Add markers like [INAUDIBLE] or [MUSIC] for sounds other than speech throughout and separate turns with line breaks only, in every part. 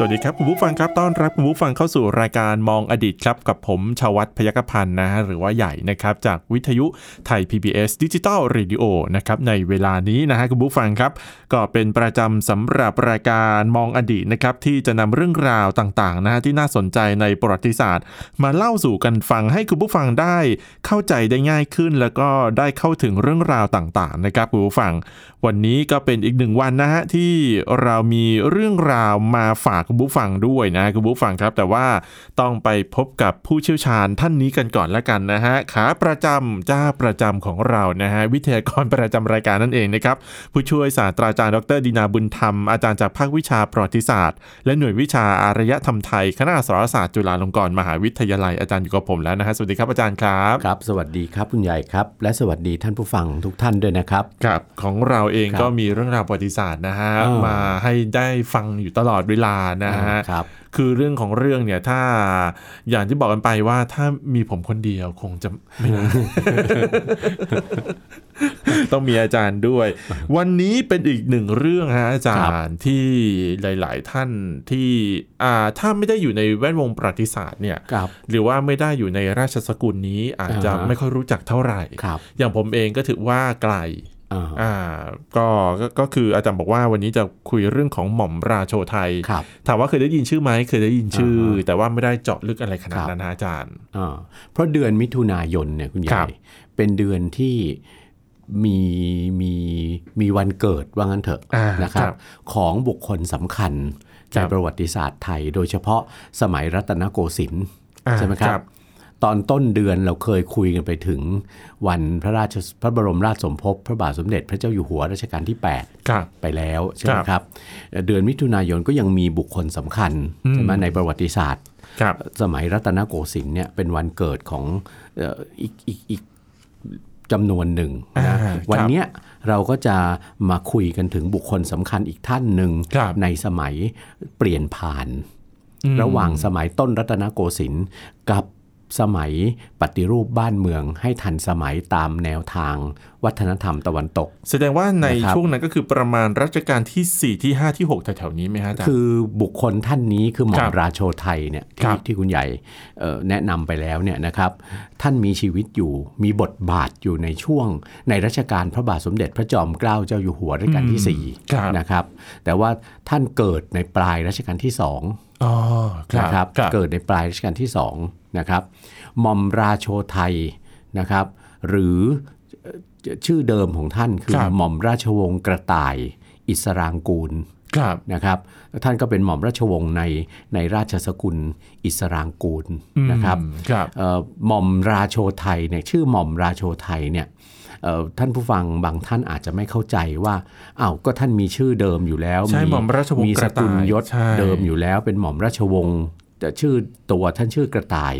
สวัสดีครับคุณผู้ฟังครับต้อนรับคุณผู้ฟังเข้าสู่รายการมองอดีตครับ กับผมชวัตพยกพันธ์นะฮะหรือว่าใหญ่นะครับ จากวิทยุไทย PBS ดิจิตอล Radio นะครับในเวลานี้นะฮะคุณผู้ฟังครับ ก็เป็นประจำสำหรับรายการมองอดีตนะครับ ที่จะนำเรื่องราวต่างๆนะฮะที่น่าสนใจในประวัติศาสตร์ มาเล่าสู่กันฟังให้คุณผู้ฟังได้เข้าใจได้ง่ายขึ้น แล้วก็ได้เข้าถึงเรื่องราวต่างๆนะครับคุณผู้ฟัง วันนี้ก็เป็นอีกหนึ่งวันนะฮะที่เรามีเรื่องราวมาฝากคุณผู้ฟังด้วยนะคุณผู้ฟังครับ แต่ว่าต้องไปพบกับผู้เชี่ยวชาญท่านนี้กันก่อนละกันนะฮะขาประจำเจ้าประจำของเรานะฮะวิทยากรประจำรายการนั่นเองนะครับผู้ช่วยศาสตราจารย์ดรดินาบุญธรรมอาจารย์จากภาควิชาประวัติศาสตร์ และหน่วยวิชาอารยธรรมไทยคณะอักษรศาสตร์จุฬาลงกรณ์มหาวิทยาลัยอาจารย์อยู่กับผมแล้วนะฮะสวัสดีครับอาจารย์ครับ
ครับ สวัสดีครับคุณใหญ่ครับ และสวัสดีท่านผู้ฟังทุกท่านด้วยนะครับ
ครับของเราเอง
ครับ
ก็มีเรื่องราวประวัติศาสตร์นะฮะ
อ่าม
มาให้ได้ฟังอยู่ตลอดเวลานะฮะ
ครับ
คือเรื่องของเรื่องเนี่ยถ้าอย่างที่บอกกันไปว่าถ้ามีผมคนเดียวคงจะไม่ [LAUGHS] ได้ ต้องมีอาจารย์ด้วย วันนี้เป็นอีกหนึ่งเรื่องฮะอาจารย์ที่หลาย ๆ ท่านที่อ่าถ้าไม่ได้อยู่ในแวดวงประวัติศาสตร์เนี่ย
ครับ
หรือว่าไม่ได้อยู่ในราชสกุลนี้อาจจะ
อ่าฮะ
ไม่ค่อยรู้จักเท่าไหร่
ครับ
อย่างผมเองก็ถือว่าไกล
อ่า
อ่าก็ก็ก็คืออาจารย์บอกว่าวันนี้จะคุยเรื่องของหม่อมราโชไทย
ครับ
ถามว่าเคยได้ยินชื่อไหมเคยได้ยินชื่อ
อ่าฮะ
แต่ว่าไม่ได้เจาะลึกอะไรขนาด
ครับ
นั้นนะอาจารย์
อ่าเพราะเดือนมิถุนายนเนี่ยคุณให
ครั
ญ่
บ
เป็นเดือนที่มีมีมีวันเกิดว่างั้นเถอะ
อ่า
นะครับ ของบุคคลสำคัญ
ครั
ใน
บ
ประวัติศาสตร์ไทย โดยเฉพาะสมัยรัตนโกสินทร์
อ่า
ใช่ไหมครั
ครับ บ
ตอนต้นเดือนเราเคยคุยกันไปถึงวันพระราชพระบรมราชสมภพพระบาทสมเด็จพระเจ้าอยู่หัวรัชกาลที่ 8
ครับ
ไปแล้วใช่ไหมครับเอ่อเดือนมิถุนายนก็ยังมีบุคคลสำคัญ
อืม
ใช่ไหมในประวัติศาสตร์
ครับ
สมัยรัตนโกสินทร์เนี่ยเป็นวันเกิดของเอ่ออีกอีกอีกจำนวนหนึ่ง
อ่า
นะครับ วันเนี้ยเราก็จะมาคุยกันถึงบุคคลสำคัญอีกท่านหนึ่ง
ครับ
ในสมัยเปลี่ยนผ่าน
อืม
ระหว่างสมัยต้นรัตนโกสินทร์กับสมัยปฏิรูปบ้านเมืองให้ทันสมัยตามแนวทางวัฒนธรรมตะวันตก
แสดงว่าใน
นะครับ
ช่วงนั้นก็คือประมาณรัชกาลที่ 4 ที่ 5 ที่ 6 แถวๆนี้ไหมฮะอาจารย์
คือบุคคลท่านนี้คือหมอ
ครั
ม
บ
ราโชไทยเนี่ย
ครั
ที่
บ
ที่คุณใหญ่เอ่อแนะนำไปแล้วเนี่ยนะครับท่านมีชีวิตอยู่มีบทบาทอยู่ในช่วง ในรัชกาลพระบาทสมเด็จพระจอมเกล้าเจ้าอยู่หัวรัชกาลที่สี่
ครับ
นะครับแต่ว่าท่านเกิดในปลายรัชกาลที่สอง
อ๋อครับ
นะครับ
ครับ
เกิดในปลายรัชกาลที่2นะครับหมอมราโชไทยนะครับ หรือเอ่อชื่อเดิมของท่านคือ
ครับ
หม่อมราชวงศ์กระต่าย อิสรางกูล
ครับ
นะครับท่านก็เป็นหม่อมราชวงศ์ในในราชสกุลอิสรางกูลนะครับ
อืมครับ
เอ่อหม่อมราโชไทยเนี่ยชื่อหม่อมราโชไทยเนี่ยเอ่อท่านผู้ฟังบางท่านอาจจะไม่เข้าใจว่าอ้าวก็ท่านมีชื่อเดิมอยู่แล้ว
ใช่หม่อมราชวงศ์
มี
ก
ส
ระ
กุ
ต่า
ล
ย
ยศ
ใช่
เดิมอยู่แล้วเป็นหม่อมราชวงศ์แต่ชื่อตัวท่านชื่อกระต่าย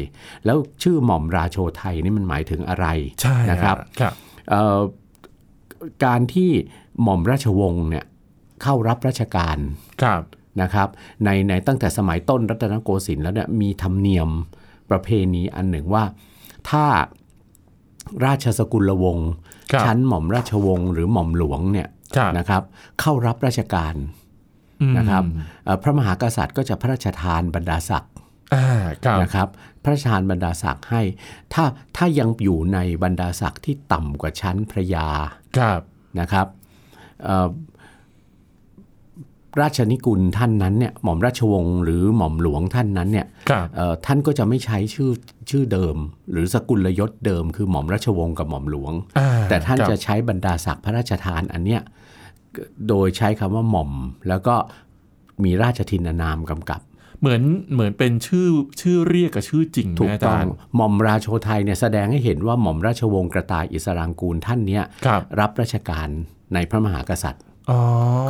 แล้วชื่อหม่อมราโชไทยนี่มันหมายถึงอะไร
ใช่
นะครับ
ครับ
เอ่อการที่หม่อมราชวงศ์เนี่ยเข้ารับราชการ
ครับ
นะครับในในตั้งแต่สมัยต้นรัตนโกสินทร์แล้วเนี่ยมีธรรมเนียมประเพณีอันหนึ่งว่า ถ้าราชสกุลวงศ์
ครับ
ชั้นหม่อมราชวงศ์หรือหม่อมหลวงเนี่ย
ครับ
นะครับเข้ารับราชการ
อืม
นะครับเอ่อพระมหากษัตริย์ก็จะพระราชทานบรรดาศักดิ์
อ่าครับ
นะครับ พระราชทานบรรดาศักดิ์ให้ ถ้าถ้ายังอยู่ในบรรดาศักดิ์ที่ต่ำกว่าชั้นพระยา
ครับ
นะครับเอ่อราชนิกุลท่านนั้นเนี่ยหม่อมราชวงศ์หรือหม่อมหลวงท่านนั้นเนี่ย
ครับ
เอ่อท่านก็จะไม่ใช้ชื่อชื่อเดิม หรือสกุลยศเดิม คือหม่อมราชวงศ์กับหม่อมหลวง
อ่
แต่ท่าน
ครับ
จะใช้บรรดาศักดิ์พระราชทานอันเนี้ยโดยใช้คำว่าหม่อม แล้วก็มีราชทินนามกำกับ
เหมือนเหมือนเป็นชื่อชื่อเรียกกับชื่อจริง
ถูก
นะา
ต้
จา
อง
รย์
หม่อมราโชไทยเนี่ยแสดงให้เห็นว่าหม่อมราชวงศ์กระต่ายอิสรางกูลท่านเนี้ย
ครับ
รับราชการในพระมหากษัตริย์
อ๋อ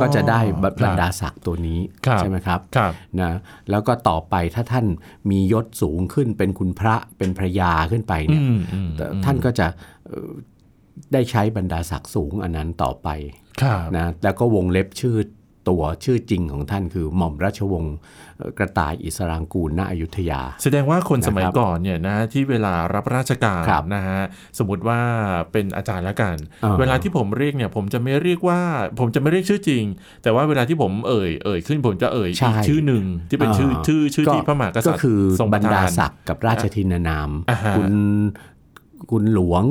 ก็จะได้บ
ค
รรดาศักดิ์ตัวนี้
ครับ
ใช่ไหมครับ
ครับ
นะแล้วก็ต่อไปถ้าท่านมียศสูงขึ้นเป็นคุณพระเป็นพระยาขึ้นไป
อื
เนี่ย
มอืม
แต่ท่านก็จะเอ่อ ได้ใช้บรรดาศักดิ์สูงอันนั้นต่อไป
ครับ
นะแล้วก็วงเล็บชื่อตัวชื่อจริงของท่านคือหม่อมราชวงศ์เอ่อกระต่ายอิสรางกูลณอยุธยา
แสดงว่าคนสมัย
นะครับ
ก่อนเนี่ยนะที่เวลารับราชการ
ครับ
นะฮะสมมติว่าเป็นอาจารย์ละกัน
อ่า
เวลาที่ผมเรียกเนี่ยผมจะไม่เรียกว่า ผมจะไม่เรียกชื่อจริง แต่ว่าเวลาที่ผมเอ่ยเอ่ยขึ้นผมจะเอ่ยอีกชื่อหนึ่งที่เป็นชื่อชื่อชื่อที่พระมหากษัตริ
ก็
ย์
คือ
ทรง
บ
ป
ร
ระ
รดา
ทาน
ศักดิ์กับราชทินานาม
อ่าฮะ
คุณคุณหลวง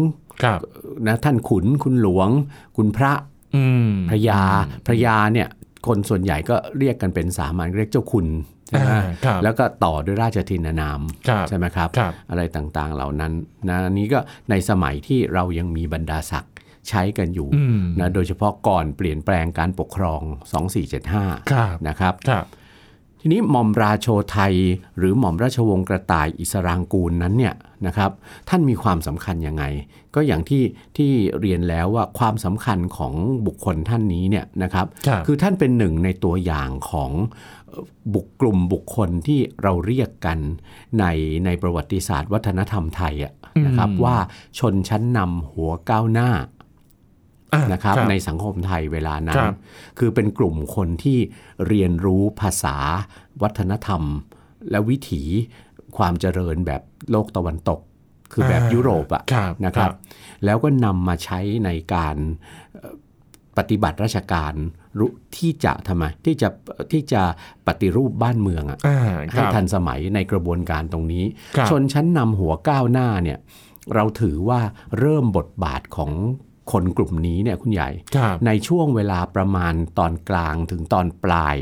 ครับ
นะท่านขุนคุณหลวง คุณพระ
อืม
พระยาพระยาเนี่ยคนส่วนใหญ่ก็เรียกกันเป็นสามัญเรียกเจ้าคุณใช่ไหม
อ่าครับ
แล้วก็ต่อด้วยราชทินานาม
ครับ
ใช่ไหมครับ
ครับ
อะไรต่างๆเหล่านั้นนะอันนี้ก็ในสมัยที่เรายังมีบรรดาศักดิ์ใช้กันอยู่
อืม
นะโดยเฉพาะก่อนเปลี่ยนแปลงการปกครอง 2475
ครับ
นะครับ
ครับ
ทีนี้หม่อมราโชไทย หรือหม่อมราชวงศ์กระต่ายอิสรางกูลนั้นเนี่ยนะครับท่านมีความสำคัญยังไง ก็อย่างที่ที่เรียนแล้วว่าความสำคัญของบุคคลท่านนี้เนี่ยนะครับ
ครับ
อท่านเป็นหนึ่งในตัวอย่างของเอ่อบุคกลุ่มบุคคลที่เราเรียกกันในในประวัติศาสตร์ วัฒนธรรมไทยอะนะครับว่าชนชั้นนำหัวก้าวหน้า
อ่
นะครับ
ครับ
ในสังคมไทยเวลานั้น
ครับ
คือเป็นกลุ่มคนที่เรียนรู้ภาษา วัฒนธรรม และวิถีความเจริญแบบโลกตะวันตก คือแบบ
อ่ายุ
ยุโรปอะ
ครับ
นะค
ครั
รับ บ แล้วก็นำมาใช้ในการเอ่อปฏิบัติราชการรู้ที่จะทำไมที่จะที่จะปฏิรูปบ้านเมืองอะ
อ่าค
ให้
รับ
ทันสมัยในกระบวนการตรงนี้
ครับ
ชนชั้นนำหัวก้าวหน้าเนี่ยเราถือว่าเริ่มบทบาทของคนกลุ่มนี้เนี่ยคุณใหญ่
ครับ
ในช่วงเวลาประมาณตอนกลางถึงตอนปลาย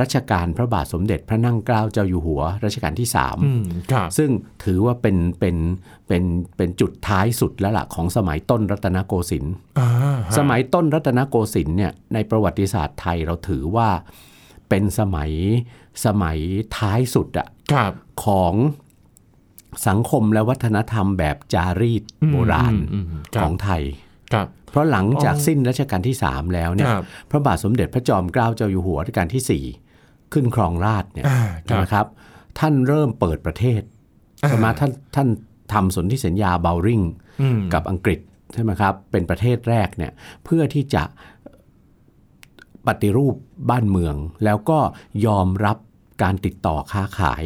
รัชกาลพระบาทสมเด็จพระนั่งเกล้าเจ้าอยู่หัว รัชกาลที่
อืมครับ
3 ซึ่งถือว่าเป็นเป็นเป็นเป็นจุดท้ายสุดแล้วล่ะของสมัยต้นรัตนโกสินทร์
อ่าฮะ
สมัยต้นรัตนโกสินทร์เนี่ยในประวัติศาสตร์ไทยเราถือว่าเป็นสมัยสมัยท้ายสุดอะ
ครับ
ของสังคมและวัฒนธรรมแบบจารีตโบราณ
อืมมค
ข
รั
อบ งไทย
ครับ
เพราะหลังจาก
อ๋อ
สิ้นรัชกาลที่ 3 แล้วเนี่ย
ครับ
พระบาทสมเด็จพระจอมเกล้าเจ้าอยู่หัวรัชกาลทีสี่ 4 ขึ้นครองราชย์เนี่ย
อ่าครับ
นะครับ ท่านเริ่มเปิดประเทศ
อ่า
ใช่ไหมท่านท่านทำสนธิสัญญาเบลริง
อืม
กับอังกฤษใช่ไหมครับเป็นประเทศแรกเนี่ยเพื่อที่จะปฏิรูปบ้านเมือง แล้วก็ยอมรับการติดต่อค้าขาย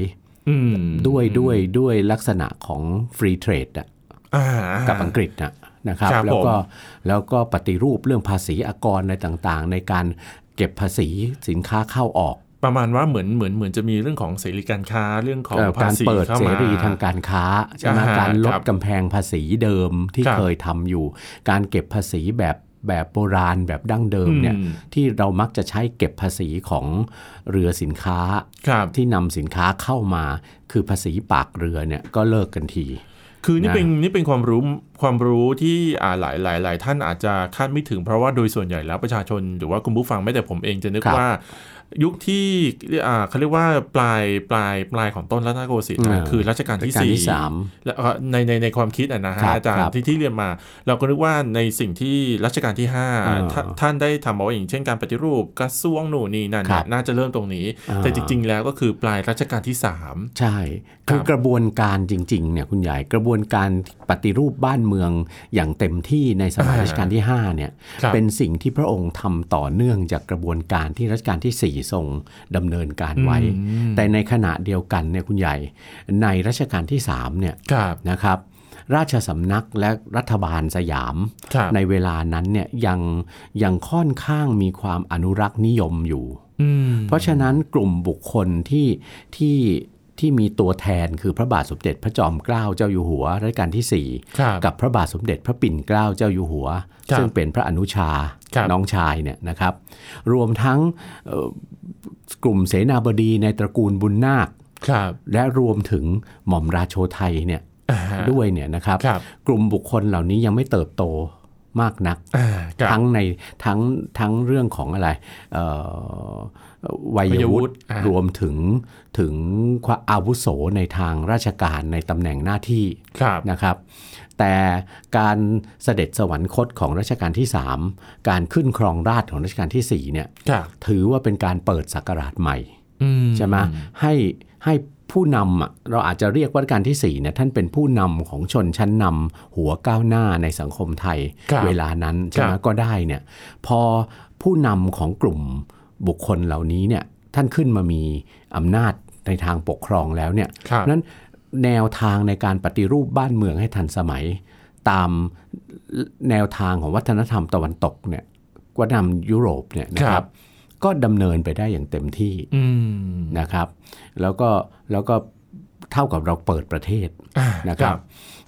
อืม
ด้วยด้วยด้วยลักษณะของฟรีเทรดอะ
อ่า
กับอังกฤษนะนะครับ
ครับ
แล้วก็แล้วก็ปฏิรูปเรื่องภาษีอากรอะไรต่างๆ ในการเก็บภาษีสินค้าเข้าออก
ประมาณว่าเหมือนเหมือนเหมือนจะมีเรื่องของเสรีการค้าเรื่องของ
เอ่อ
ภา
การ
ษี
เปิด
เข้า
เส
มา
รีทางการค้าใช่ไหม
อ่าฮะ
การ
ค
ลด
รับ
กำแพงภาษีเดิมที่
ครับ
เคยทำอยู่ การเก็บภาษีแบบแบบโบราณแบบดั้งเดิมเนี่ย
อืม
ที่เรามักจะใช้เก็บภาษีของเรือสินค้า
ครับ
ที่นำสินค้าเข้ามา คือภาษีปากเรือเนี่ยก็เลิกกันที
คือนี่
นะ
เป็นนี่เป็นความรู้ความรู้ที่อ่าหลายหลายหลายท่านอาจจะคาดไม่ถึงเพราะว่าโดยส่วนใหญ่แล้วประชาชนหรือว่าคุณผู้ฟังไม่แต่ผมเองจะนึกว่า ยุคที่อ่าเขาเรียกว่าปลายปลายปลายของต้นรัตนโกสินทร์นะคือรัชกาล
รัช
ที่
กาล
สี่
ที่สาม
แล้วเอ่อในในในความคิดอะนะฮะ
ครับ
อาจาร
ค
ย์
รับ
ที่ที่เรียนมา เราก็นึกว่าในสิ่งที่รัชกาลที่ห้า
อ่า
ท่าท่านได้ทำเอาไว้อย่างเช่นการปฏิรูปกระทรวงหนู่นนี่นั่น
ครั
น่ะ
บ
น่าจะเริ่มตรงนี้
อ่า
แต่จริง ๆ แล้วก็คือปลายรัชกาลที่สาม
ใช่
ค
คือ
รับ
กระบวนการจริงๆเนี่ยคุณใหญ่กระบวนการปฏิรูปบ้านเมืองอย่างเต็มที่ในสมัย
อ่า
รัชกาลที่5เนี่ย
ครับ
เป็นสิ่งที่พระองค์ทำต่อเนื่องจากกระบวนการที่รัชกาลที่สี่ทรงดำเนินการไว้
อืม
แต่ในขณะเดียวกันเนี่ยคุณใหญ่ในรัชกาลที่3เนี่ย
ครับ
นะครับ ราชสำนักและรัฐบาลสยาม
ครับ
ในเวลานั้นเนี่ยยังยังค่อนข้างมีความอนุรักษ์นิยมอยู่
อืม
เพราะฉะนั้นกลุ่มบุคคลที่ที่ที่มีตัวแทนคือพระบาทสมเด็จพระจอมเกล้าเจ้าอยู่หัวรัชกาลที่สี่
ครับ
กับพระบาทสมเด็จพระปิ่นเกล้าเจ้าอยู่หัว
ครับ
ซึ่งเป็นพระอนุชา
ครับ
น้องชายเนี่ยนะครับ รวมทั้งเอ่อกลุ่มเสนาบดีในตระกูลบุญนาค
ครับ
และรวมถึงหม่อมราโชไทยเนี่ย
อ่าฮะ
ด้วยเนี่ยนะครับ
ครับ
กลุ่มบุคคลเหล่านี้ยังไม่เติบโตมากนัก
อ่าครับ
ทั้งในทั้งทั้งเรื่องของอะไรเอ่อวัยวุฒิ
อ่าร
วมถึงถึงความอาวุโสในทางราชการในตำแหน่งหน้าที่
ครับ
นะครับ แต่การเสด็จสวรรคตของรัชกาลที่ 3 การขึ้นครองราชย์ของรัชกาลทีสี่4เนี่ย
ครับ
ถือว่าเป็นการเปิดศักราชใหม่
อืม
ใช่ไหมให้ให้ ผู้นำอะเราอาจจะเรียกว่ารัชการที่สี่เนี่ยท่านเป็นผู้นำของชนชั้นนำหัวก้าวหน้าในสังคมไทย
ครับ
เวลานั้นใช่ไหม
ครับ
ก็ได้เนี่ยพอผู้นำของกลุ่มบุคคลเหล่านี้เนี่ยท่านขึ้นมามีอำนาจในทางปกครองแล้วเนี่ย
ครับ
นั้นแนวทางในการปฏิรูปบ้านเมืองให้ทันสมัย ตามแนวทางของวัฒนธรรมตะวันตกเนี่ยวัฒนธรรมยุโรปเนี่ยนะ
ค
ค
รั
รับ บ ก็ดำเนินไปได้อย่างเต็มที่
อืม
นะครับ แล้วก็แล้วก็เท่ากับเราเปิดประเทศ
อ่า
นะครับ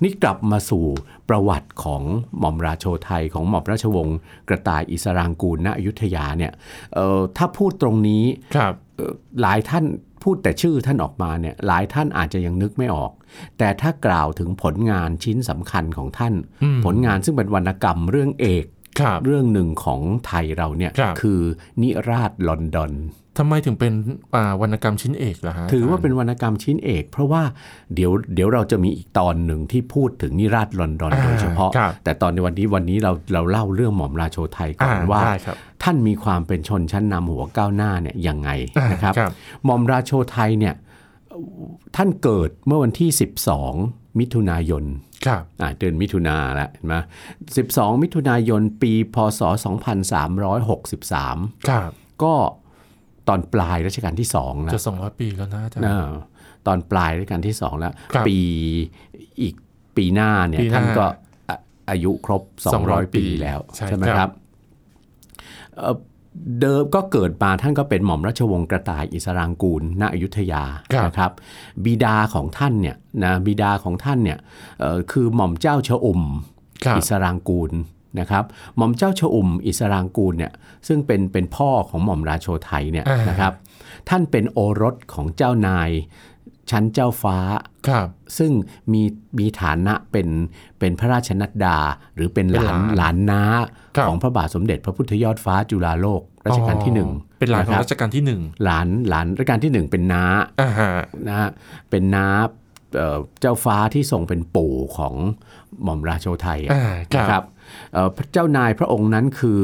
นี่กลับมาสู่ประวัติของหม่อมราโชไทยของหม่อมราชวงศ์กระต่ายอิสรางกูลณอยุธยาเนี่ยเอ่อถ้าพูดตรงนี้
ครับ
เอ่อหลายท่านพูดแต่ชื่อท่านออกมาเนี่ยหลายท่านอาจจะยังนึกไม่ออก แต่ถ้ากล่าวถึงผลงานชิ้นสำคัญของท่าน
อืม
ผลงานซึ่งเป็นวรรณกรรมเรื่องเอก
ครับ
เรื่องหนึ่งของไทยเราเนี่ย
ครับ
อนิราชลอนดอน
ทำไมถึงเป็นอ่าวรรณกรรมชิ้นเอกล่ะฮะ
ถือว่าเป็นวรรณกรรมชิ้นเอก เพราะว่าเดี๋ยวเดี๋ยวเราจะมีอีกตอนหนึ่งที่พูดถึงนิราชลอนดอนโดยเฉพาะ
ครับ
แต่ตอนในวันนี้วันนี้เราเราเล่าเรื่องหม่อมราโชไทยก่
อ่า
อนว่า
ได้ครับ
ท่านมีความเป็นชนชั้นนำหัวก้าวหน้าเนี่ยยังไง
อ่า
นะครับ
ครับ
หม่อมราโชไทยเนี่ยเอ่อท่านเกิดเมื่อวันที่ 12 มิถุนายน
ครับ
อ่าเดือนมิถุนาแล้วเห็นไหม12 มิถุนายนปีพศ 2363
ครับ
ก็ตอนปลายรัชกาลที่สองแล้
จะ
ว
สองร้อยปีแล้วนะอาจารย์
เออตอนปลายรัชกาลที่สองแล้ว
ครับ
ปีอีกปีหน้าเนี่ย
ปีหน้า
ท่านก็อ่ะอายุครบ
200
200
ปี
ปีแล้ว
ใช่
ไหม
ครับ
ครับเอ่อเดิมก็เกิดมาท่านก็เป็นหม่อมราชวงศ์กระต่ายอิสรางกูลณอยุธยา
ครับ
นะครับบิดาของท่านเนี่ยนะบิดาของท่านเนี่ยเอ่อคือหม่อมเจ้าชะอม
ครับ
อิสรางกูลนะครับหม่อมเจ้าชะอมอิสรางกูลเนี่ยซึ่งเป็นเป็นพ่อของหม่อมราโชไทยเนี่ย
อ่าน
นะครับท่านเป็นโอรสของเจ้านายชั้นเจ้าฟ้า
ครับ
ซึ่งมีมีฐานะเป็นเป็นพระราชนัดดา หรือเป็นหลาน
เป็นหลาน
หลานน้า
ครับ
ของพระบาทสมเด็จพระพุทธยอดฟ้าจุฬาโลกรัชกาลที่หนึ่ง
อ๋อเป็นหลานของ
ะครับ
รัชกาลที่หนึ่ง
หลานหลานรัชกาลที่หนึ่งเป็นน้า
อ่าฮะ
นะฮะเป็นน้าเอ่อเจ้าฟ้าที่ทรงเป็นปู่ของหม่อมราโชไทยอะ
อ่าครับ
นะเอ่อพระเจ้านายพระองค์นั้นคือ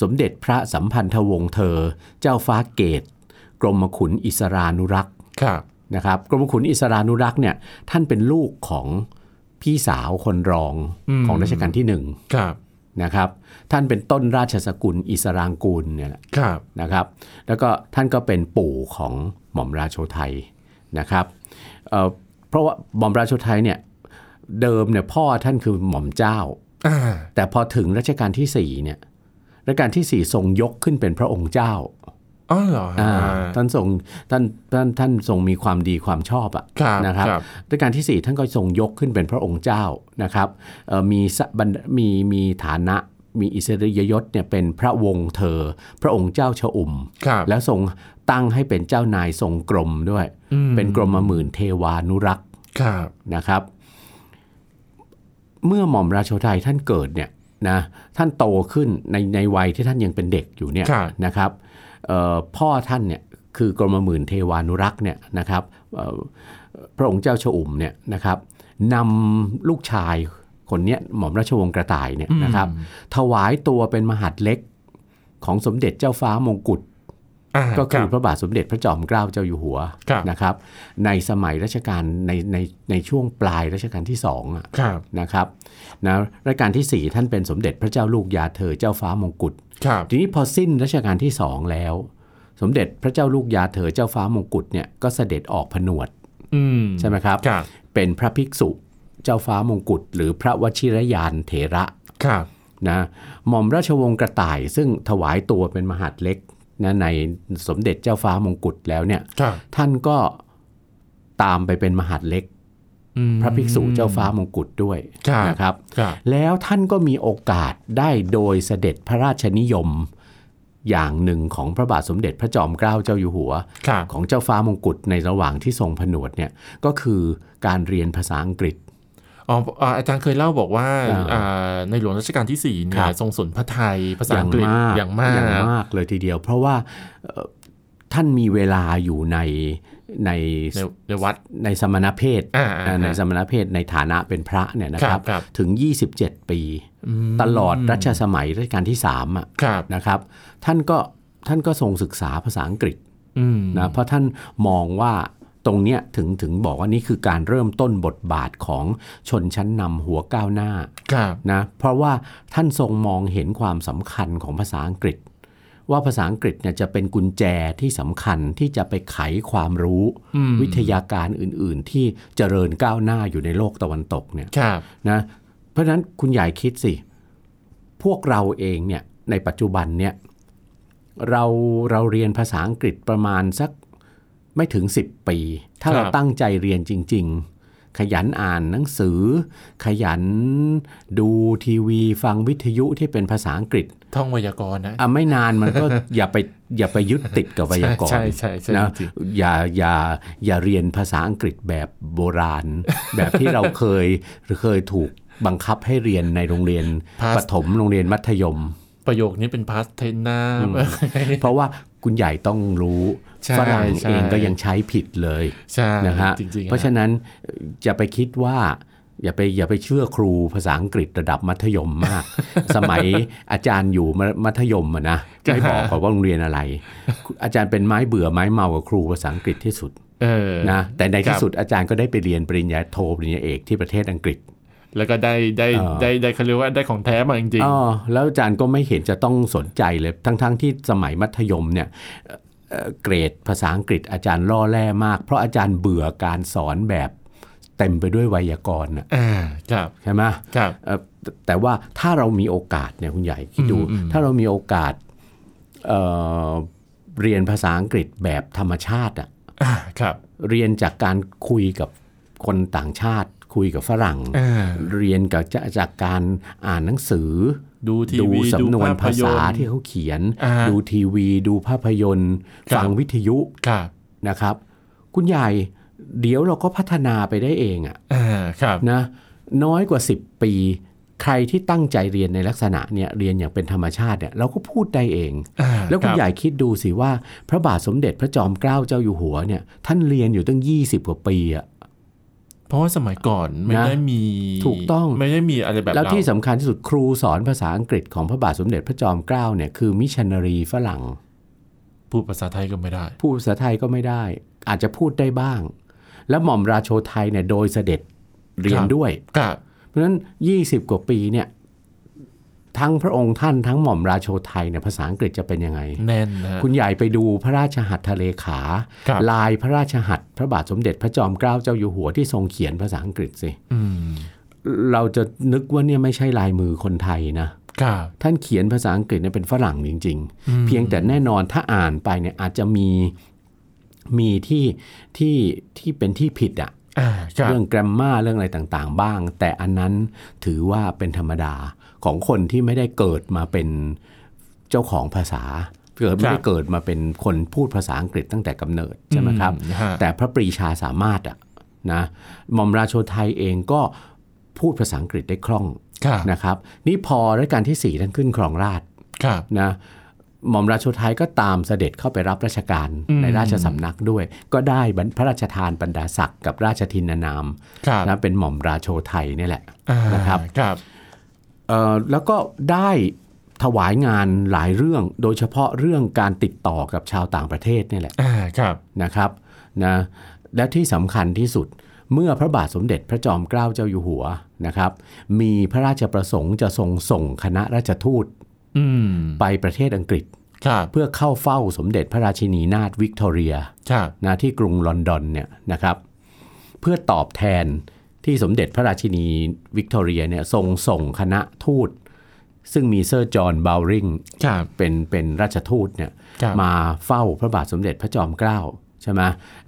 สมเด็จพระสัมพันธวงศ์เธอ เจ้าฟ้าเกต กรมขุนอิสรานุรักษ์
ครับ
นะครับกรมขุนอิสรานุรักษ์เนี่ยท่านเป็นลูกของพี่สาวคนรอง
อืม
ของรัชกาลที่หนึ่ง
ครับ
นะครับท่านเป็นต้นราชสกุลอิสรางกูลเนี่ยแหละ
ครับ
นะครับแล้วก็ท่านก็เป็นปู่ของหม่อมราโชไทยนะครับเอ่อเพราะว่าหม่อมราโชไทยเนี่ยเดิมเนี่ยพ่อท่านคือหม่อมเจ้า
อ่า
แต่พอถึงรัชกาลที่สี่เนี่ยรัชกาลที่สี่ทรงยกขึ้นเป็นพระองค์เจ้า
อ๋อเหรอฮะ
อ่าท่านทรงท่านท่านท่านทรงมีความดีความชอบอะ
ครับ
นะครับ
ครับ
รัชกาลที่สี่ท่านก็ทรงยกขึ้นเป็นพระองค์เจ้านะครับเอ่อมีสะบันมีมีฐานะมีอิสริยยศเนี่ยเป็นพระวงศ์เธอ พระองค์เจ้าชะอุ่ม
ครับ
แล้วทรงตั้งให้เป็นเจ้านายทรงกรมด้วย
อืม
เป็นกรมหมื่นเทวานุรักษ์
ครับ
นะครับ เมื่อหม่อมราโชไทยท่านเกิดเนี่ยนะท่านโตขึ้นในในวัยที่ท่านยังเป็นเด็กอยู่เนี่ย
ครับ
นะครับเอ่อพ่อท่านเนี่ยคือกรมหมื่นเทวานุรักษ์เนี่ยนะครับเอ่อพระองค์เจ้าชอุ่มเนี่ยนะครับนำลูกชายคนเนี้ยหม่อมราชวงศ์กระต่ายเนี่ยนะครับถวายตัวเป็นมหาดเล็กของสมเด็จเจ้าฟ้ามงกุฎ
อ่า
ก็คือ
รับ
พระบาทสมเด็จพระจอมเกล้าเจ้าอยู่หัว
ครับ
นะครับ ในสมัยรัชกาลในในในช่วงปลายรัชกาลที่สองอะ
ครับ
นะครับนะรัชกาลที่สี่ท่านเป็นสมเด็จพระเจ้าลูกยาเธอเจ้าฟ้ามงกุฎ
ครับ
ทีนี้พอสิ้นรัชกาลที่สองแล้ว สมเด็จพระเจ้าลูกยาเธอเจ้าฟ้ามงกุฎเนี่ยก็เสด็จออกผนวด
อืม
ใช่ไหมครับ
ครับ
เป็นพระภิกษุเจ้าฟ้ามงกุฎหรือพระวชิรยานเถระ
ครับ
นะหม่อมราชวงศ์กระต่ายซึ่งถวายตัวเป็นมหาดเล็กนะในสมเด็จเจ้าฟ้ามงกุฎแล้วเนี่ย
ครับ
ท่านก็ตามไปเป็นมหาดเล็ก
อืม
พระภิกษุเจ้าฟ้ามงกุฎด้วย
ครับ
นะครับ
ครับ
แล้วท่านก็มีโอกาสได้โดยเสด็จพระราชนิยมอย่างหนึ่งของพระบาทสมเด็จพระจอมเกล้าเจ้าอยู่หัว
ครับ
ของเจ้าฟ้ามงกุฎในระหว่างที่ทรงผนวดเนี่ยก็คือการเรียนภาษาอังกฤษ
อ๋ออ่าอาจารย์เคยเล่าบอกว่า
อ่า
อ่าในหลวงรัชกาลที่สี่เนี่
ครั
ย
บ
ทรงสนพระไทยภาษาอังกฤษอย่างมาก
อย่างมากเลยทีเดียว เพราะว่าเอ่อท่านมีเวลาอยู่ในใน
ในในวัด
ในสมณเพศ
อ่าอ่า
อ่าในสมณเพศในฐานะเป็นพระเนี่ยนะค
ครั
รั
บบ ครับ
ถึง 27 ปี
อืม
ตลอดรัชสมัยรัชกาลที่3อ่ะ
ครับ
นะครับ ท่านก็ท่านก็ทรงศึกษาภาษาอังกฤษ
อืม
นะเพราะท่านมองว่า ตรงเนี้ยถึงถึงบอกว่านี่คือการเริ่มต้นบทบาทของชนชั้นนำหัวก้าวหน้า
ครับ
นะเพราะว่าท่านทรงมองเห็นความสำคัญของภาษาอังกฤษ ว่าภาษาอังกฤษเนี่ยจะเป็นกุญแจที่สำคัญที่จะไปไขความรู้
อืม
วิทยาการอื่นๆ ที่เจริญก้าวหน้าอยู่ในโลกตะวันตกเนี่ย
ครับ
นะเพราะฉะนั้นคุณใหญ่คิดสิ พวกเราเองเนี่ยในปัจจุบันเนี่ยเราเราเรียนภาษาอังกฤษประมาณสักไม่ถึง 10 ปี ถ้า
ครับ
เราตั้งใจเรียนจริง ๆ ขยันอ่านหนังสือ ขยันดูทีวีฟังวิทยุที่เป็นภาษาอังกฤษ
ท่องไวยากรณ์นะ
อ่ะไม่นานมันก็ อย่าไปอย่าไปยึดติดกับไวยากร
ใช่
ณ์
ใช่ใช่
นะ
จริง
อย่าอย่าอย่าเรียนภาษาอังกฤษแบบโบราณ [LAUGHS] แบบที่เราเคยหรือเคยถูกบังคับให้เรียนในโรงเรียน
พาส
ประถมโรงเรียนมัธย
[LAUGHS]
ม
ประโยคนี้เป็นพาสเทนนะ
เพราะว่าคุณใหญ่ต้องรู้
ใช่
ฝรั่ง
ใช่
เองก็ยังใช้ผิดเลย
ใช่
นะฮะ
จริงๆ
เพราะฉะนั้นจะไปคิดว่า อย่าไปอย่าไปเชื่อครูภาษาอังกฤษระดับมัธยมมาก [LAUGHS] สมัยอาจารย์อยู่มมัธยมอะ
[LAUGHS]
นะไม่บอกก่อนว่าโรงเรียนอะไร อาจารย์เป็นไม้เบื่อไม้เมากับครูภาษาอังกฤษที่สุด
เออ
นะแต่ใน
ค
ที่
รับ
สุดอาจารย์ก็ได้ไปเรียนปริญญาโทปริญญาเอกที่ประเทศอังกฤษ
แล้วก็ได้ได้
เออ
ได้ได้เขาเรียกว่าได้ของแท้มาจริง
อ๋อแล้วอาจารย์ก็ไม่เห็นจะต้องสนใจเลยทั้งๆทที่สมัยมัธยมเนี่ยเอ่อเอ่อเกรดภาษาอังกฤษอาจารย์ล่อแร่มาก เพราะอาจารย์เบื่อการสอนแบบเต็มไปด้วยไวยากรณ์น่ะ
ๆ อ่า ครับ
ใช่ไหม
ครับ
เอ่อแต่แต่ว่าถ้าเรามีโอกาสเนี่ยคุณใหญ่คิดดู
อืมอืม
ถ้าเรามีโอกาสเอ่อเรียนภาษาอังกฤษแบบธรรมชาติอะ
อ่า ครับ
เรียนจากการคุยกับคนต่างชาติ คุยกับฝรั่ง
อ่า
เรียนกับจะจากการอ่านหนังสือ
ดูที
ดู
วี
สำนวนภาษาย
นตร์
ที่เขาเขียน
อ่า
ดูทีวี ดูภาพยนตร์
ครับ
ฟังวิทยุ
ครับ
นะครับ คุณใหญ่เดี๋ยวเราก็พัฒนาไปได้เองอะ
อ่า ครับ
นะน้อยกว่า 10 ปี ใครที่ตั้งใจเรียนในลักษณะเนี่ยเรียนอย่างเป็นธรรมชาติเนี่ยเราก็พูดได้เอง
อ่า
แล้วคุณ
รับ
ใหญ่คิดดูสิว่า พระบาทสมเด็จพระจอมเกล้าเจ้าอยู่หัวเนี่ยท่านเรียนอยู่ตั้ง 20 กว่าปีอะ
เพราะว่าสมัยก่อนไม่
นะ
ได้มี
ถูกต้อง
ไม่ได้มีอะไรแบบ
แล้ว
เรา
ที่สำคัญที่สุดครูสอนภาษาอังกฤษของพระบาทสมเด็จพระจอมเกล้าเนี่ยคือมิชชันนารีฝรั่ง
พูดภาษาไทยก็ไม่ได้
พูดภาษาไทยก็ไม่ได้ อาจจะพูดได้บ้าง แล้วหม่อมราโชไทยเนี่ยโดยเสด็จเรีย
ค
น
รับ
ด้วย
ครับ
เพราะฉะนั้น 20 กว่าปีเนี่ยทั้งพระองค์ท่านทั้งหม่อมราโชไทยเนี่ยภาษาอังกฤษจะเป็นยังไง
แน่นนะฮะ
คุณใหญ่ไปดูพระราชหัตถเลขา
ครับ
ลายพระราชหัตถ์พระบาทสมเด็จพระจอมเกล้าเจ้าอยู่หัวที่ทรงเขียนภาษาอังกฤษสิ
อืม
เราจะนึกว่าเนี่ยไม่ใช่ลายมือคนไทยนะ
ครับ
ท่านเขียนภาษาอังกฤษเนี่ยเป็นฝรั่งจริง
อืม
ๆ เพียงแต่แน่นอนถ้าอ่านไปเนี่ยอาจจะมีมีที่ที่ที่เป็นที่ผิดอะ
อ่า ครับ
เรื่องแกรมมาเรื่องอะไรต่างๆ บ้าง แต่อันนั้นถือว่าเป็นธรรมดาของคนที่ไม่ได้เกิดมาเป็นเจ้าของภาษาเกิดไม่
ครั
ได้
บ
เกิดมาเป็นคนพูดภาษาอังกฤษตั้งแต่กำเนิดใช่ไหมครับ
อืฮะ
แต่พระปรีชาสามารถอะนะหม่อมราโชไทยเองก็พูดภาษาอังกฤษได้คล่อง
ครับ
นะครับนี่พอรัชกาลที่ 4 ท่านขึ้นครองราชย์
ครับ
นะหม่อมราชโชไทยก็ตามเสด็จเข้าไปรับราชการ
อืม
ในราชสำนักด้วย ก็ได้บรรพระราชทานบรรดาศักดิ์กับราชทินนาม
ครับ
นะเป็นหม่อมราโชไทยนี่แหละ
อ่า
นะครับ
ครับ
เอ่อแล้วก็ได้ถวายงานหลายเรื่อง โดยเฉพาะเรื่องการติดต่อกับชาวต่างประเทศนี่แหละ
อ่า ครับ
นะครับนะและที่สำคัญที่สุดเมื่อพระบาทสมเด็จพระจอมเกล้าเจ้าอยู่หัวนะครับ มีพระราชประสงค์จะทรงส่งคณะราชทูต
อืม
ไปประเทศอังกฤษ
ครับ
เพื่อเข้าเฝ้าสมเด็จพระราชินีนาถวิกตอเรีย
ครับ
นะที่กรุงลอนดอนเนี่ยนะครับ เพื่อตอบแทนที่สมเด็จพระราชินีวิกตอเรียเนี่ยทรงส่งคณะทูต ซึ่งมีเซอร์จอห์นบาวริง
ครับ
เป็นเป็นราชทูตเนี่ย
ครับ
มาเฝ้าพระบาทสมเด็จพระจอมเกล้าใช่ไหม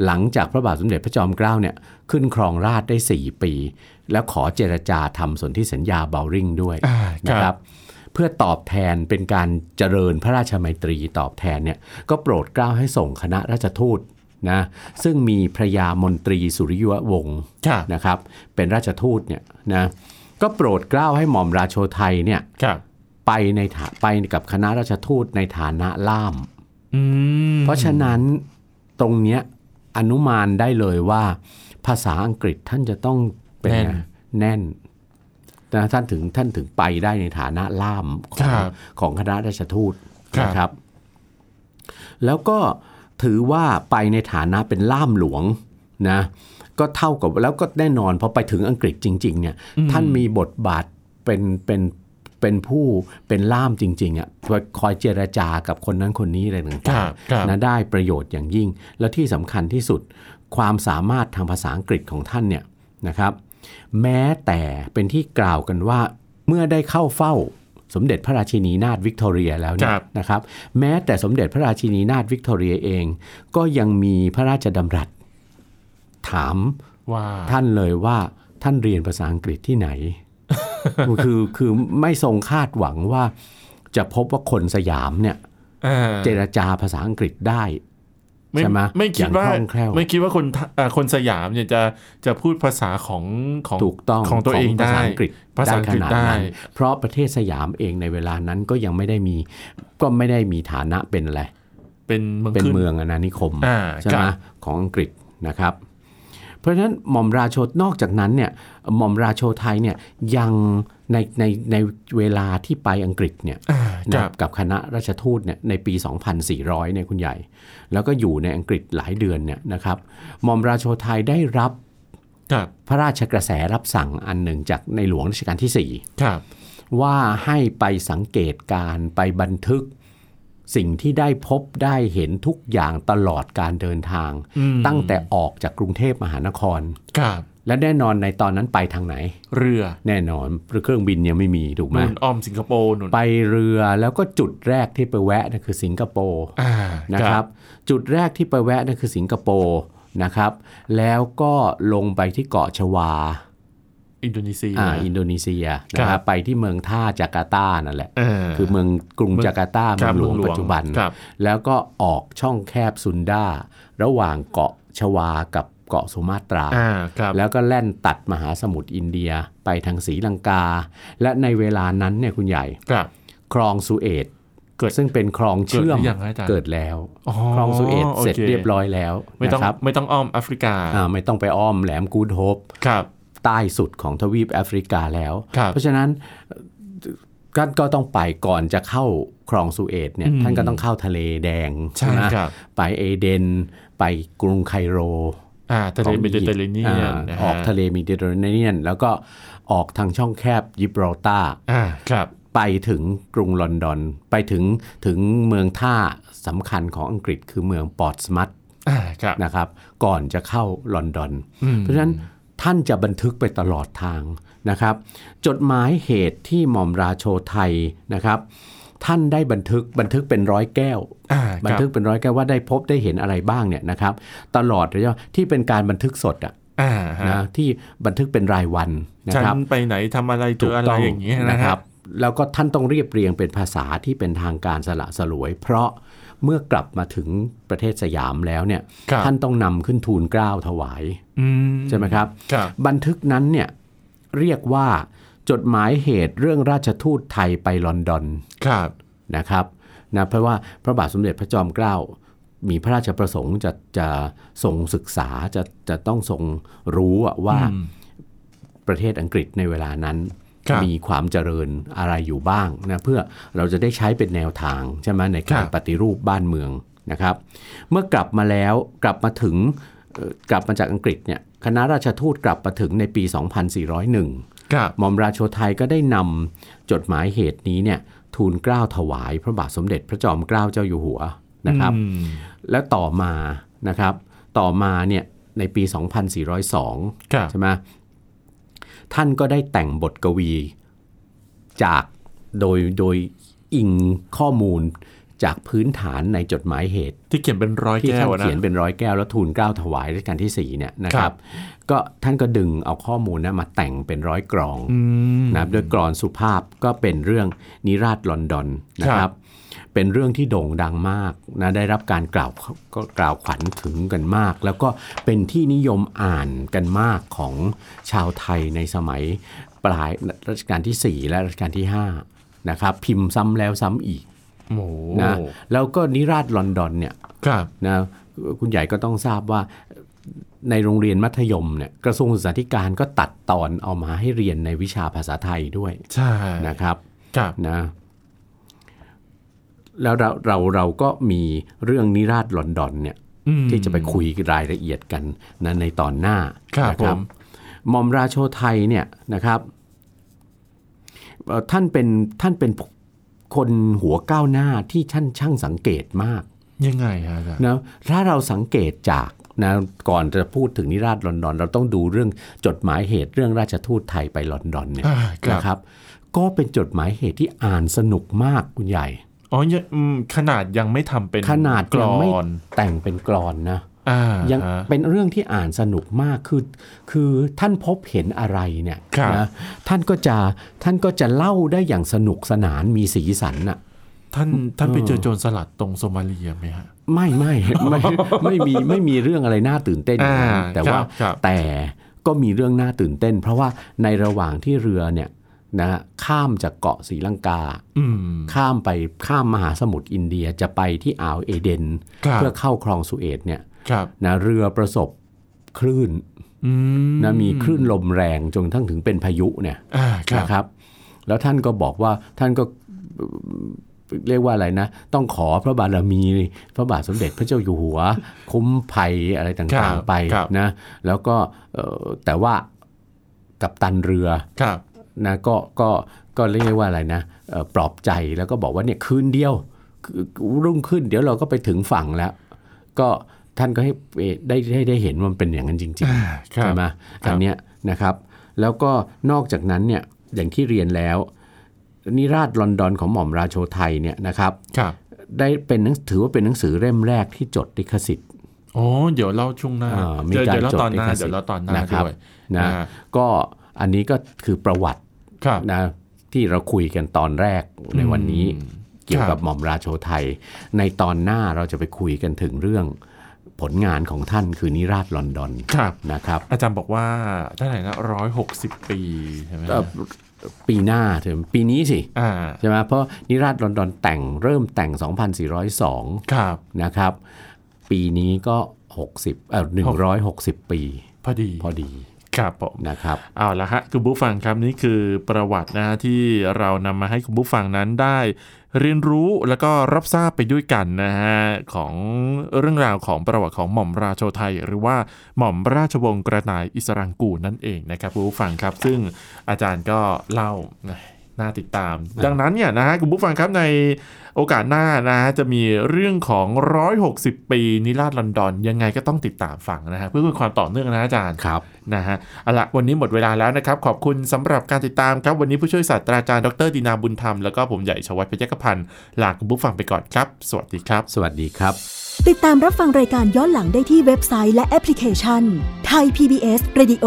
หลังจากพระบาทสมเด็จพระจอมเกล้าเนี่ยขึ้นครองราชย์ได้ 4 ปี แล้วขอเจรจาทำสนธิสัญญาเบาริ่งด้วย
อ่า
นะ
ค
ค
รั
รับ บ เพื่อตอบแทนเป็นการเจริญพระราชไมตรีตอบแทนเนี่ยก็โปรดเกล้าให้ส่งคณะราชทูตนะซึ่งมีพระยามนตรีสุริยววงศ์
ครับ
นะครับเป็นราชทูตเนี่ยนะก็โปรดเกล้าให้หม่อมราโชไทยเนี่ย
ครับ
ไปในฐาไปกับคณะราชทูตในฐานะล่าม
อืม
เพราะฉะนั้นตรงเนี้ยอนุมานได้เลยว่า ภาษาอังกฤษท่านจะต้องเป็น
แน่น
ไงแน่นนะท่านถึงท่านถึงไปได้ในฐานะล่าม
ค
ของ
รับ
ของคณะราชทูต
ครับ
นะครับ แล้วก็ถือว่าไปในฐานะเป็นล่ามหลวง นะก็เท่ากับแล้วก็แน่นอนพอไปถึงอังกฤษจริงๆเนี่ยท่านมีบทบาทเป็นเป็นเป็นผู้เป็นล่ามจริงๆอะ่ะคอยเจรจากับคนนั้นคนนี้อะไรต่างๆ
ครับครับ
นะได้ประโยชน์อย่างยิ่ง และที่สำคัญที่สุด ความสามารถทางภาษาอังกฤษของท่านเนี่ยนะครับ แม้แต่เป็นที่กล่าวกันว่า เมื่อได้เข้าเฝ้าสมเด็จพระราชินีนาถวิกตอเรียแล้วเนี่
ค
ย
รับ
นะครับ แม้แต่สมเด็จพระราชินีนาถวิกตอเรียเอง ก็ยังมีพระราชดำรัส ถาม
ว่า
ท่านเลยว่าท่านเรียนภาษาอังกฤษที่ไหน [LAUGHS] คือคือไม่ทรงคาดหวังว่า จะพบว่าคนสยามเนี่ย
อ่า
เจรจาภาษาอังกฤษได้
ไม่
ใช่ไหม
ไม่คิดว่า
อย่างคล่องแคล่ว
ไม่คิดว่าคนอ่าคนสยามเนี่ยจะจะพูดภาษาของของ
ถูกต้อง
ของตัวเอง
ภา
ได้
ษาอังกฤษ
ภาษาอังกฤษได้
นเพราะประเทศสยามเองในเวลานั้นก็ยังไม่ได้มีก็ไม่ได้มีฐานะเป็นอะไร
เป็นเมือง
เป็น
ขึ้น
เมืองอาณานิคม
อ่า
ใช่ไห
ค
ม
รับ
ของอังกฤษนะครับ เพราะฉะนั้นหม่อมราโชนอกจากนั้นเนี่ยหม่อมราโชไทยเนี่ยยังในในในเวลาที่ไปอังกฤษเนี่ย
อ่าค
นะ
รับ
กับคณะราชทูตเนี่ยในปี 2,400เนี่ยคุณใหญ่ แล้วก็อยู่ในอังกฤษหลายเดือนเนี่ยนะครับหมอมราโชไทยได้รับ
ครับ
พระราชกระแสรับสั่งอันหนึ่งจากในหลวงรัชกาลที่
ครับ
4 ว่าให้ไปสังเกตการณ์ไปบันทึก สิ่งที่ได้พบได้เห็นทุกอย่างตลอดการเดินทาง
อืม
ตั้งแต่ออกจากกรุงเทพมหานคร
ครับ
และแน่นอนในตอนนั้นไปทางไหน
เรือ
แน่นอนเครื่องบินยังไม่มีถูกไหม
นุ่นอ้อมสิงคโปร์นุ่น
ไปเรือแล้วก็จุดแรกที่ไปแวะนะคือสิงคโปร์
อ่า
นะครับจุดแรกที่ไปแวะนั่นคือสิงคโปร์นะครับแล้วก็ลงไปที่เกาะชวา
อินโดนีเซีย
อ่าอินโดนีเซียนะ
ค
ค
รั
รับ บไปที่เมืองท่าจาการ์ตานั่นแหละ
อ่า
คือเมืองกรุง
เมือง
จาการ์ตา
ค
เมื
รั
องหลวง
เมือ
ปัจจุบัน
ครับ
แล้วก็ออกช่องแคบซุนดาระหว่างเกาะชวากับเกาะสุมาตรา
อ่าครับ
แล้วก็แล่นตัดมหาสมุทรอินเดียไปทางศรีลังกา และในเวลานั้นเนี่ยคุณใหญ่
ครับ
คลองสุเอต
เกิด
ซึ่งเป็นคลองเชื่อม
เกิดหรือยังอาจารย์
เกิดแล้ว
อ๋อ
คลองสุเอตเสร็จ
โค
เรียบร้อยแล้ว
ไม่
นะ
ต้อง
ครับ
ไม่ต้องอ้อมแอฟริกา
อ่าไม่ต้องไปอ้อมแหลมกูดโฮป
ครับ
ใต้สุดของทวีปแอฟริกาแล้ว
ครับ
เพราะฉะนั้นเอ่อก็ก็ต้องไปก่อนจะเข้าคลองสุเอตเนี่ย
อืม
ท่านก็ต้องเข้าทะเลแดง
ใช่
ไหม
ครับ
ไปเอเดน ไปกรุงไคโร
อ่าทะเล
ของ
เมดิเตอร์เรเนียน
อ่า
นะฮ
ออกทะเลเมดิเตอร์เรเนียน แล้วก็ออกทางช่องแคบยิบรอลตาร์
อ่าครับ
ไปถึงกรุงลอนดอน ไปถึงถึงเมืองท่าสำคัญของอังกฤษคือเมืองปอร์ตสมัต
อ่าครับ
นะครับก่อนจะเข้าลอนดอน
อืม
เพราะฉะนั้นท่านจะบันทึกไปตลอดทางนะครับ จดหมายเหตุที่หม่อมราโชไทยนะครับ ท่านได้บันทึกบันทึกเป็นร้อยแก้ว
อ่า
บันทึกเป็นร้อยแก้วว่าได้พบได้เห็นอะไรบ้างเนี่ยนะครับ ตลอดระยะที่เป็นการบันทึกสดอะ
อ่าฮะ
นะที่บันทึกเป็นรายวันนะ
ฉัน
ครับ
ไปไหนทำอะไรเจออะไรอย่างเงี้ยนะ
นะ
ค
ค
รั
รับ บ แล้วก็ท่านต้องเรียบเรียงเป็นภาษาที่เป็นทางการสละสลวย เพราะเมื่อกลับมาถึงประเทศสยามแล้วเนี่ย
ครับ
ท่านต้องนำขึ้นทูลเกล้าถวาย
อืม
ใช่ไหมครับ
ครับ
บันทึกนั้นเนี่ยเรียกว่าจดหมายเหตุเรื่องราชทูตไทยไปลอนดอน
ครับ
นะครับนะเพราะว่าพระบาทสมเด็จพระจอมเกล้ามีพระราชประสงค์จะจะทรงศึกษาจะจะต้องทรงรู้อะว่า
อืม
ประเทศอังกฤษในเวลานั้น
ครับ
มีความเจริญอะไรอยู่บ้างนะเพื่อเราจะได้ใช้เป็นแนวทางใช่ไหมในการปฏิรูปบ้านเมืองนะครับ เมื่อกลับมาแล้วกลับมาถึงเอ่อกลับมาจากอังกฤษเนี่ยคณะราชทูตกลับมาถึงในปี 2401
ครับ
หมอมราโชไทยก็ได้นำจดหมายเหตุนี้เนี่ยทูลเกล้าถวายพระบาทสมเด็จพระจอมเกล้าเจ้าอยู่หัวนะครับ
อืม
และต่อมานะครับต่อมาเนี่ยในปี 2402
ครับ
ใช่ไหมท่านก็ได้แต่งบทกวีจากโดยโดยอิงข้อมูลจากพื้นฐานในจดหมายเหตุ
ที่เขียนเป็นร้อย
ที่
แก้
ท่า
วน อะนะ
เขียนเป็นร้อยแก้วแล้วทูลเกล้าถวายรัชกาลที่4เนี่ยนะค
ครั
รับ บ ก็ท่านก็ดึงเอาข้อมูลนะมาแต่งเป็นร้อยกรอง
อืม
นะครับโดยกรอนสุภาพก็เป็นเรื่องนิราศลอนดอนนะค
ครั
รับ บ เป็นเรื่องที่โด่งดังมากนะได้รับการกล่าวก็กล่าวขวัญถึงกันมาก แล้วก็เป็นที่นิยมอ่านกันมากของชาวไทยในสมัยปลายรัชกาลทีสี่ 4 และรัชกาลที่5นะครับพิมพ์ซ้ำแล้วซ้ำอีก
โอ้โห
นะแล้วก็นิราศลอนดอนเนี่ย
ครับ
นะคุณใหญ่ก็ต้องทราบว่าในโรงเรียนมัธยมเนี่ยกระทรวงศึกษาธิการก็ตัดตอนเอามาให้เรียนในวิชาภาษาไทยด้วย
ใช่
นะครับ
ครับ
นะแล้วเราเราเราก็มีเรื่องนิราศลอนดอนเนี่ย
อืม
ที่จะไปคุยรายละเอียดกันนะในตอนหน้า
ครับผ
นะ
ม
หม่อมราโชไทยเนี่ยนะครับเอ่อท่านเป็นท่านเป็นคนหัวก้าวหน้าที่ท่านช่างสังเกตมาก
ยังไงฮะอาจารย์
นะถ้าเราสังเกตจากนะก่อนจะพูดถึงนิราศลอนดอน เราต้องดูเรื่องจดหมายเหตุเรื่องราชทูตไทยไปลอนดอนเนี่ย
อ่าครับ
นะครับ ก็เป็นจดหมายเหตุที่อ่านสนุกมากคุณใหญ่
อ๋อยังอืมขนาดยังไม่ทำเป็น
ขนาด
กร
ยังไม่
อน
แต่งเป็นกรอนนะ
อ่า
ยัง
ฮะ
เป็นเรื่องที่อ่านสนุกมากคือคือท่านพบเห็นอะไรเนี่ย
ครับ
นะท่านก็จะท่านก็จะเล่าได้อย่างสนุกสนานมีสีสันน่ะ
ท่านท่านไปเจอโจรสลัดตรงโซมาเลียไหมฮะ
ไม่ไม่ [LAUGHS] ไม่ ไม่มีไม่มีเรื่องอะไรน่าตื่นเต้นอย่างนั้น
อ่า
แต่ว่า
ครับครับ
แต่ก็มีเรื่องน่าตื่นเต้น เพราะว่าในระหว่างที่เรือเนี่ยนะฮะข้ามจากเกาะศรีลังกา
อืม
ข้ามไปข้ามมหาสมุทรอินเดียจะไปที่อ่าวเอเดน
ครับ
เพื่อเข้าคลองสุเอตเนี่ย
ครับ
นะเรือประสบคลื่น
อืม
นะมีคลื่นลมแรงจนกระทั้งถึงเป็นพายุเนี่ย
อ่าครับ
นะครับ แล้วท่านก็บอกว่าท่านก็เอ่อเรียกว่าอะไรนะ ต้องขอพระบารมี พระบาทสมเด็จพระเจ้าอยู่หัว คุ้มภัยอะไร
ครั
ต่าง
บ
ๆไป
ครับ
นะ แล้วก็เอ่อแต่ว่ากับตันเรือ
ครับ
นะก็ก็ก็เรียกว่าอะไรนะเอ่อปลอบใจแล้วก็บอกว่าเนี่ยคืนเดียวคือรุ่งขึ้น เดี๋ยวเราก็ไปถึงฝั่งแล้ว ก็ท่านก็ให้เอ่อได้ได้ได้เห็นว่ามันเป็นอย่างนั้นจริง ๆ
ครับ
ใช่ไหม
ครับ
อันเนี้ยนะครับ แล้วก็นอกจากนั้นเนี่ยอย่างที่เรียนแล้ว นิราศลอนดอนของหม่อมราโชไทยเนี่ยนะครับ
ครับ
ได้เป็นหนังถือว่าเป็นหนังสือเล่มแรกที่จดลิขสิทธิ์
อ๋อ เดี๋ยวเล่าช่วงหน้า
อ่ามี
เดี๋ยวเดี๋ยว
การ
เล่าตอนหน้า
จดลิขสิทธิ์
เดี๋ยวเล่าตอนหน้า
นะครับ
ด้วย
นะ
ฮ
ก็อันนี้ก็คือประวัติ
ครับ
นะที่เราคุยกันตอนแรกในวันนี้
อืม
เกี่ยวกับ
ครับ
หม่อมราโชไทย ในตอนหน้าเราจะไปคุยกันถึงเรื่องผลงานของท่านคือนิราศลอนดอน
ครับ
นะครับ
อาจารย์บอกว่าเท่าไหร่นะร้อยหกสิบปีใช่ไหม
เอ่อปีหน้าถึงปีนี้สิ
อ่า
ใช่ไหมเพราะนิราศลอนดอนแต่งเริ่มแต่ง 2,402
ครับ
นะครับ ปีนี้ก็ 60เอ่อ160 ปี
พอดี
พอดี
ครับผม
นะครับ
เอาละฮะคุณผู้ฟังครับนี่คือประวัตินะฮะที่เรานำมาให้คุณผู้ฟังนั้นได้ เรียนรู้แล้วก็รับทราบไปด้วยกันนะฮะของเรื่องราวของประวัติของหม่อมราโชไทย หรือว่าหม่อมราชวงศ์กระต่ายอิสรังกูรนั่นเองนะครับคุณผู้ฟังครับ ซึ่งอาจารย์ก็เล่า น่าติดตาม ดังนั้นเนี่ยนะฮะคุณผู้ฟังครับในโอกาสหน้านะฮะจะมีเรื่องของ 160 ปีนิราศลอนดอน ยังไงก็ต้องติดตามฟังนะฮะเพื่อความต่อเนื่องนะอาจารย์
ครับ
นะฮะเอาละวันนี้หมดเวลาแล้วนะครับ ขอบคุณสำหรับการติดตามครับ วันนี้ผู้ช่วยศาสตราจารย์ดรดินาบุญธรรม แล้วก็ผมใหญ่ชวัฒน์เพชรกพันธ์ลาคุณผู้ฟังไปก่อนครับ สวัสดีครับ
สวัสดีครับ
ติดตามรับฟังรายการย้อนหลังได้ที่เว็บไซต์และแอปพลิเคชันไทย PBS Radio